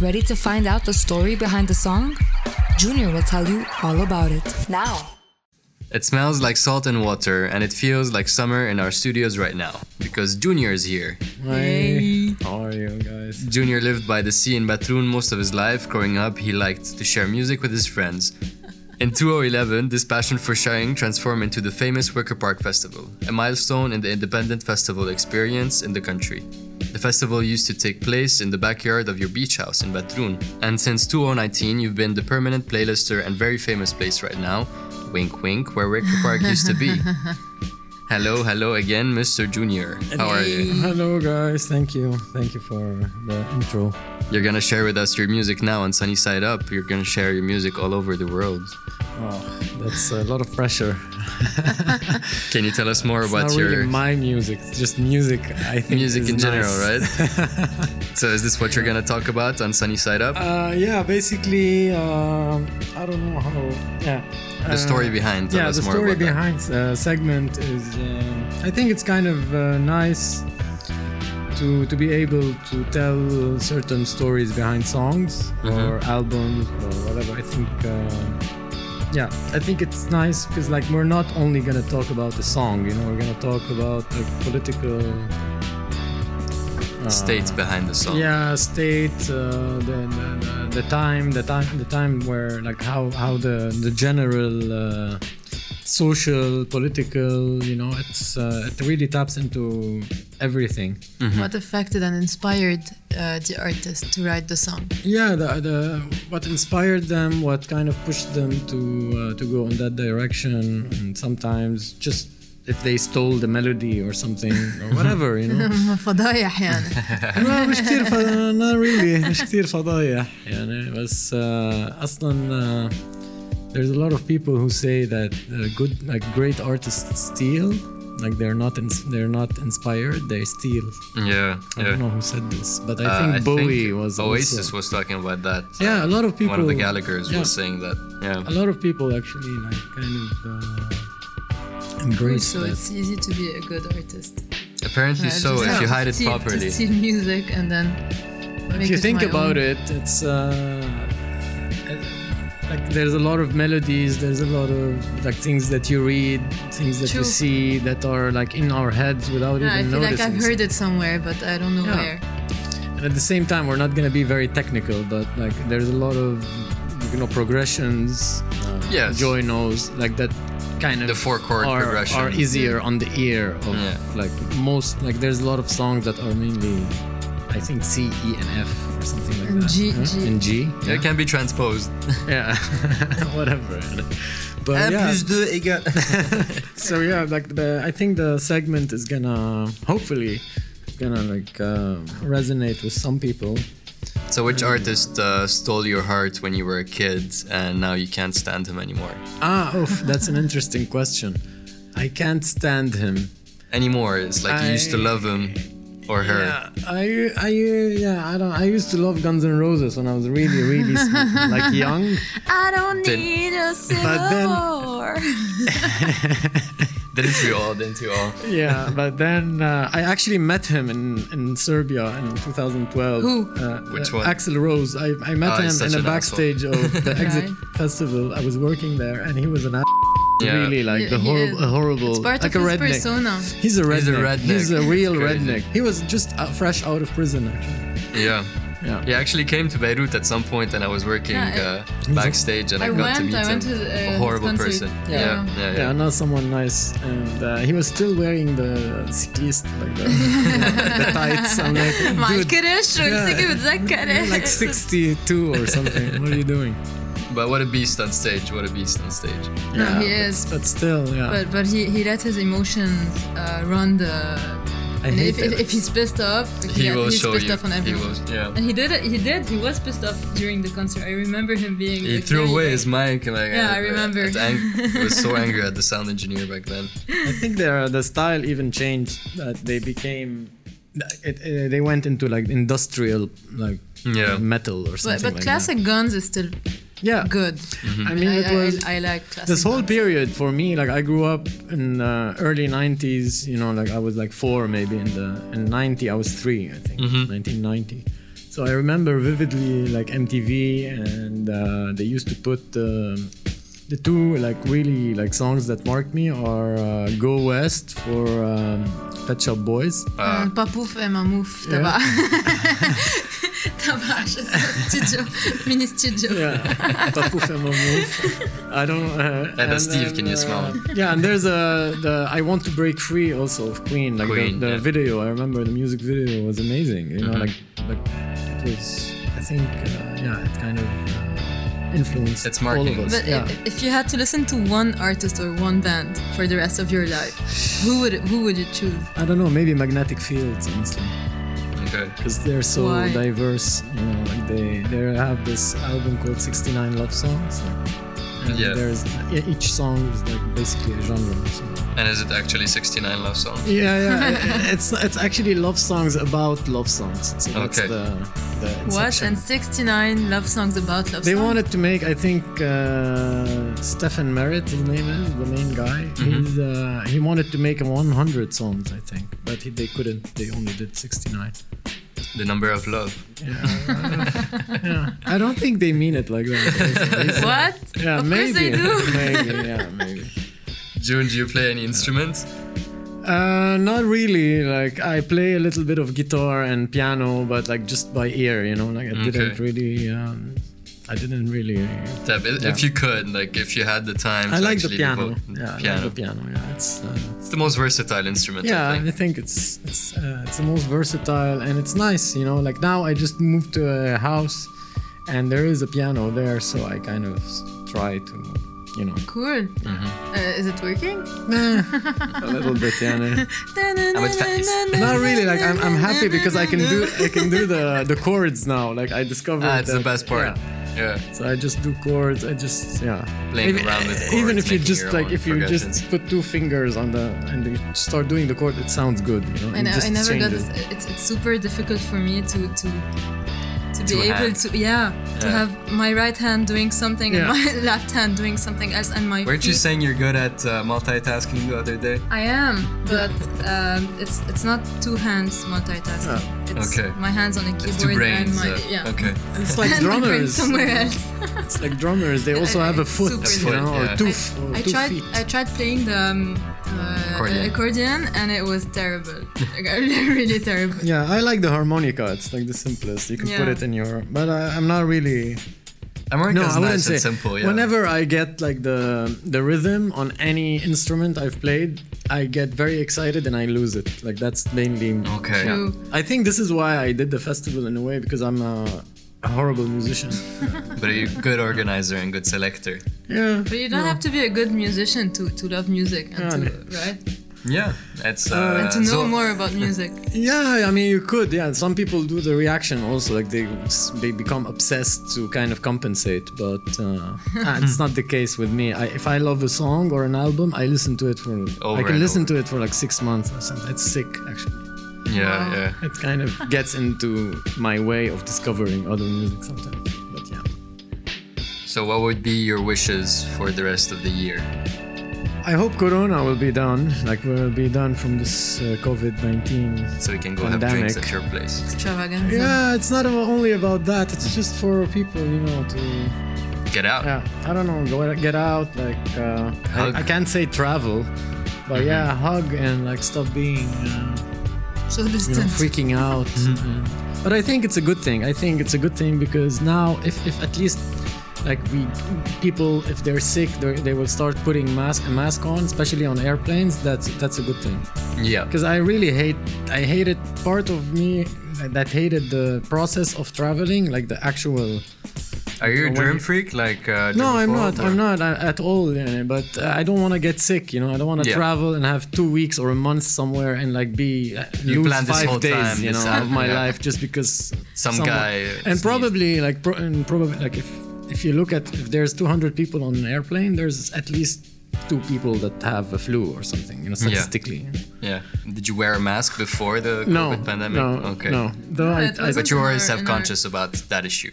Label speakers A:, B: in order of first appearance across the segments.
A: Ready to find out the story behind the song? Junior will tell you all about it now.
B: It smells like salt and water, and it feels like summer in our studios right now because Junior is here.
C: Hey. How are you guys?
B: Junior lived by the sea in Batroun most of his life. Growing up, he liked to share music with his friends. In 2011, this passion for sharing transformed into the famous Wicker Park Festival, a milestone in the independent festival experience in the country. The festival used to take place in the backyard of your beach house in Batroun, and since 2019, you've been the permanent playlister and very famous place right now, wink wink, where Wicker Park used to be. Hello, hello again, Mr. Junior. How are you?
C: Hello guys, thank you. Thank you for the intro.
B: You're gonna share with us your music now on Sunny Side Up. You're gonna share your music all over the world.
C: Oh, that's a lot of pressure.
B: Can you tell us more
C: It's
B: about
C: not
B: your
C: really my music, it's just music I think.
B: music
C: is
B: in general,
C: nice.
B: right? so is this what you're gonna talk about on Sunny Side Up?
C: Uh, yeah, basically, um, I don't know how. Yeah.
B: The story behind, tell
C: Uh, yeah,
B: us
C: the
B: more
C: story
B: about that.
C: behind uh, segment is. um I think it's kind of uh, nice to to be able to tell certain stories behind songs
B: Mm-hmm.
C: or albums or whatever. I think. Uh, yeah, I think it's nice because like we're not only gonna talk about the song, you know, we're gonna talk about the political.
B: States behind the song.
C: Yeah, state, uh, the, the, the the time, the time, the time where like how how the the general uh, social, political, you know, it's uh, it really taps into everything.
B: Mm-hmm.
D: What affected and inspired uh, the artist to write the song?
C: Yeah, the, the what inspired them, what kind of pushed them to uh, to go in that direction, and sometimes just if they stole the melody or something or whatever, you know.
D: فضايح يعني
C: لا مش كثير ف... not really مش كثير فضايح يعني بس آه، اصلا آه، uh, there's a lot of people who say that uh, good like great artists steal like they're not ins- they're not inspired they steal
B: yeah.
C: I
B: yeah.
C: don't know who said this but I
B: Uh,
C: think
B: I
C: Bowie
B: think
C: was
B: Oasis
C: also,
B: was talking about that. Uh,
C: yeah a lot of people
B: One of the Gallagher's
C: yeah,
B: was saying that. Um,
C: a
B: Yeah.
C: lot of people actually like kind of uh, embrace
D: so
C: that
D: it's easy to be a good artist.
B: Apparently
D: Uh,
B: so
D: just
B: if
D: to
B: you hide it
D: steal-
B: properly.
D: To steal music and then
C: if
D: make
C: you
D: it
C: think
D: my
C: about
D: own.
C: it it's uh, like there's a lot of melodies there's a lot of like things that you read things that you
D: True.
C: see that are like in our heads without
D: Yeah, I
C: even
D: feel like
C: noticing
D: I've heard it somewhere, but I don't know
C: Yeah.
D: where.
C: and at the same time we're not going to be very technical but like there's a lot of you know progressions uh,
B: Yes.
C: joy knows like that kind of
B: The four-chord
C: are,
B: progression.
C: are easier on the ear of
B: Yeah.
C: like most like there's a lot of songs that are mainly i think c e and f or something like
D: And
C: that
D: G-
C: Huh?
D: G.
C: and g
B: It can be transposed.
C: yeah whatever but
B: Eh,
C: yeah so yeah like the, i think the segment is gonna hopefully gonna like uh, resonate with some people
B: so which artist uh, stole your heart when you were a kid and now you can't stand him anymore?
C: ah oof, that's an interesting question i can't stand him
B: Anymore. It's like you used to
C: I-
B: love him or her.
C: yeah i i uh, yeah i don't i used to love guns n' roses when i was really really sm- like young
D: I don't
B: Then-
D: need a
C: But
D: civil
C: then-
D: war.
B: Didn't we all? Didn't we all?
C: yeah but then uh, i actually met him in in serbia in 2012
D: Who?
C: Uh,
B: Which
C: uh,
B: one?
C: axel rose i, I met
B: Ah, he's such
C: him in a
B: an
C: backstage of the exit festival i was working there and he was an a-
B: Yeah.
C: really like the
D: He- he
C: horrible,
D: is.
C: horrible
D: It's part
C: like
D: of
C: a
D: his
C: redneck
D: persona.
C: he's a redneck
B: He's a redneck.
C: he's a real
B: It's crazy.
C: redneck he was just uh, fresh out of prison actually
B: Yeah.
C: yeah
B: He actually came to Beirut at some point, and I was working
D: Yeah,
B: uh, backstage, and I,
D: I
B: got to
D: went-
B: meet
D: I
B: him.
D: went to the, uh,
B: a horrible
D: his
B: person.
D: concert.
B: Yeah, yeah,
D: Yeah.
B: yeah.
C: Yeah, not someone nice, and uh, he was still wearing the cyclist, like the, the tights. I'm like,
D: ما
C: dude,
D: انكرش ويمسكي بتذكر
C: you're like 62 or something. What are you doing?
B: But what a beast on stage! What a beast on stage!
D: No, he
C: but-
D: is.
C: But still, yeah.
D: But but he, he let his emotions uh, run the.
C: I
D: and
C: hate
D: if, if
C: that.
D: if he's pissed off,
B: He
D: yeah,
B: will
D: he's
B: show
D: pissed
B: you.
D: off on
B: he
D: everyone.
B: will. Yeah.
D: And he did it. He did. He was pissed off during the concert. I remember him being.
B: He
D: like,
B: threw
D: very-
B: away his mic. And like,
D: Yeah,
B: uh,
D: I remember.
B: it's ang- he was so angry at the sound engineer back then.
C: I think their the style even changed. That they became, it, uh, they went into like industrial, like
B: Yeah.
C: metal or
D: But,
C: something.
D: but
C: like
D: classic guns is still
C: That. Yeah.
D: good.
C: I mean,
D: I,
C: it was.
D: I, I like classic.
C: this whole
D: guns.
C: period for me like i grew up in uh, early 90s you know like i was like four maybe in the in 90 i was three i think 1990 So I remember vividly like MTV, and uh, they used to put um the two like really like songs that marked me are uh, "Go West" for um, Pet Shop Boys.
B: آه.
D: بابوف اما موف تبع تبع شو اسمه استوديو ميني استوديو
C: Yeah, Papu Femo move. I don't. Uh,
B: Yeah, that's
C: and
B: Steve,
C: then, uh,
B: can you smell him?
C: Yeah, and there's a the I want to break free also of Queen. Like
B: Queen,
C: the, the
B: yeah.
C: video, I remember the music video was amazing. You know, like
B: Mm-hmm.
C: like it was. I think uh, yeah, it kind of uh, influenced
B: It's
C: all of
B: marking.
C: us.
D: But
C: yeah.
D: i- if you had to listen to one artist or one band for the rest of your life, who would who would you choose?
C: I don't know, maybe magnetic fields honestly,
B: Okay.
C: because they're so
D: Why?
C: diverse. You know, like they they have this album called 69 Love Songs. Like, and
B: Yeah.
C: there's e- each song is like basically a genre. So.
B: And is it actually 69 love songs?
C: Yeah, yeah. it's it's actually love songs about love songs. So that's
B: Okay.
C: the, the
D: What
C: inception.
D: and 69 love songs about love
C: they
D: songs?
C: wanted to make, I think, uh, Stefan Merritt, his name is the main guy. He's, uh, he wanted to make a 100 songs, I think, but he, they couldn't. They only did 69.
B: The number of love.
C: Yeah, I don't think they mean it like that.
D: What?
C: Yeah,
D: of
C: maybe,
D: course they do.
C: maybe, yeah, maybe.
B: June, do you play any instruments?
C: Uh, not really. Like I play a little bit of guitar and piano, but like just by ear, you know. Like I didn't
B: Okay.
C: really, um, I didn't really.
B: Tab, i- if you could, like if you had the time.
C: I
B: to
C: like the
B: actually
C: piano.
B: devote-
C: Yeah, I
B: piano.
C: like the piano. Yeah, it's uh,
B: It's the most versatile instrument.
C: yeah.
B: I
C: I
B: think.
C: think it's it's uh, it's the most versatile and it's nice, you know. Like now I just moved to a house, and there is a piano there, so I kind of s- try to, you know,
D: Cool.
C: Mm-hmm.
D: Uh, is it working?
C: a little bit piano.
B: How much fat is-
C: Not really. Like I'm, I'm happy because I can do I can do the the chords now. Like I discovered.
B: Ah, it's the
C: that-
B: best part.
C: yeah.
B: Yeah.
C: So I just do chords. I just yeah.
B: Playing
C: Even-
B: around with
C: Even
B: chords,
C: if you
B: making
C: just
B: your
C: like
B: own
C: if you just
B: progressions.
C: put two fingers on the and you start doing the chord, it sounds good. You know,
D: I,
C: and
D: know,
C: just
D: I never got
C: change
D: this.
C: it.
D: It's, it's super difficult for me to to to be
B: To
D: able
B: have.
D: to yeah, to
B: Yeah.
D: have my right hand doing something
C: Yeah.
D: and my left hand doing something else and my
B: Weren't you
D: feet-
B: saying you're good at uh, multitasking the other day?
D: I am, but um, it's it's not two hands multitasking.
C: Ah,
D: It's
B: Okay.
D: my hands on a keyboard
B: It's two brains.
D: and my
B: uh,
D: yeah.
B: Okay.
C: It's like
D: And my brain
C: drummers.
D: somewhere else.
C: It's like drummers. They also have a
D: It's
C: foot,
D: super
C: you know,
B: Yeah.
C: or two,
D: I,
C: f- or
D: I
C: Oh, two
D: tried
C: feet.
D: I tried playing the um, uh,
B: Accordion.
D: accordion. and it was terrible. Like, really terrible.
C: yeah, I like the harmonica. It's like the simplest. You can put
D: Yeah.
C: it in your. But I, I'm not really. No,
B: America's
C: I wouldn't
B: nice
C: say.
B: and simple. Yeah.
C: Whenever I get like the the rhythm on any instrument I've played, I get very excited and I lose it. Like that's mainly.
B: Okay.
D: True.
C: I think this is why I did the festival in a way because I'm a, a horrible musician.
B: But are you a good organizer and good selector?
C: yeah.
D: But you don't have to be a good musician to, to love music and
C: Yeah,
D: to,
C: Ah, no.
D: right?
B: Yeah. It's. Uh,
D: and to know
B: so-
D: more about music.
C: Yeah, I mean you could. Yeah, some people do the reaction also, like they they become obsessed to kind of compensate. But uh, ah, it's not the case with me. I, if I love a song or an album, I listen to it for.
B: Over
C: I can
B: and
C: listen to it for like six months or something. It's sick actually.
B: Yeah.
D: Wow.
B: Yeah.
C: It kind of gets into my way of discovering other music sometimes. But yeah.
B: So what would be your wishes for the rest of the year?
C: I hope Corona will be done. Like we'll be done from this uh, COVID 19.
B: So we can go have drinks
C: Pandemic.
B: at your place.
D: Extravaganza.
C: Yeah, it's not only about that. It's just for people, you know, to.
B: Get out.
C: Yeah, I don't know, go get out. Like, uh, I,
B: Hug.
C: I can't say travel, but yeah, hug and like stop being. Uh,
D: So
C: you know,
D: distant.
C: freaking out. And- But I think it's a good thing. I think it's a good thing because now, if, if at least like we people, if they're sick, they're, they will start putting mask a mask on, especially on airplanes. That's that's a good thing
B: Yeah.
C: because I really hate. I hated part of me that hated the process of traveling, like the actual.
B: Are you a
C: when
B: germ
C: you-
B: freak? Like uh,
C: No, I'm
B: germaphobe
C: not.
B: or-
C: I'm not uh, at all. uh, But uh, I don't want to get sick. You know, I don't want to
B: Yeah.
C: travel and have two weeks or a month somewhere and like be uh,
B: You
C: lose
B: planned this
C: five
B: whole
C: days,
B: time,
C: you
B: this
C: know, of
B: album,
C: my
B: yeah.
C: life just because
B: Some
C: someone-
B: guy, uh,
C: and
B: sneezed.
C: probably like pro- and probably like if if you look at if there's 200 people on an airplane, there's at least two people that have a flu or something. You know, statistically.
B: Yeah. Did you wear a mask before the
C: No,
B: COVID pandemic?
C: no,
B: okay.
C: no. Though I,
D: it
C: I,
D: wasn't
B: But you
D: In
B: were
D: our-
B: self
D: in our-
B: conscious about that issue.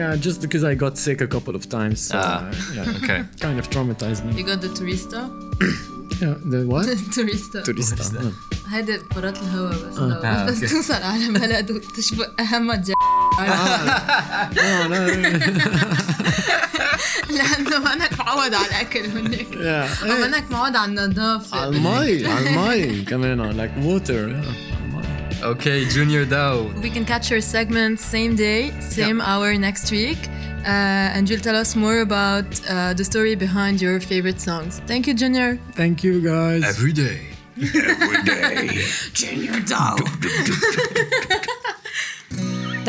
C: yeah, just because I got sick a couple of times, so,
B: Ah.
C: uh, yeah, it
B: Okay.
C: kind of traumatized me.
D: You got the tourista?
C: Yeah, the what?
D: tourista.
C: Turista.
B: that?
C: yeah. Oh,
D: هيدي برات الهوا بس
B: آه،
D: لو- بس
B: أوكي.
D: eh, توصل على بلد وتشبه أهم
C: No, no, no.
D: لانه منك معود على الاكل منك
C: Yeah.
D: او منك معود على النظافه
C: المي على المي كمان like water yeah.
B: Okay, Junior Dao.
D: We can catch your segment same day, same hour next week. Uh, and you'll tell us more about uh, the story behind your favorite songs. Thank you, Junior.
C: thank you guys
B: Every day.
D: Junior Dow.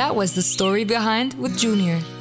A: That was the story behind with Junior.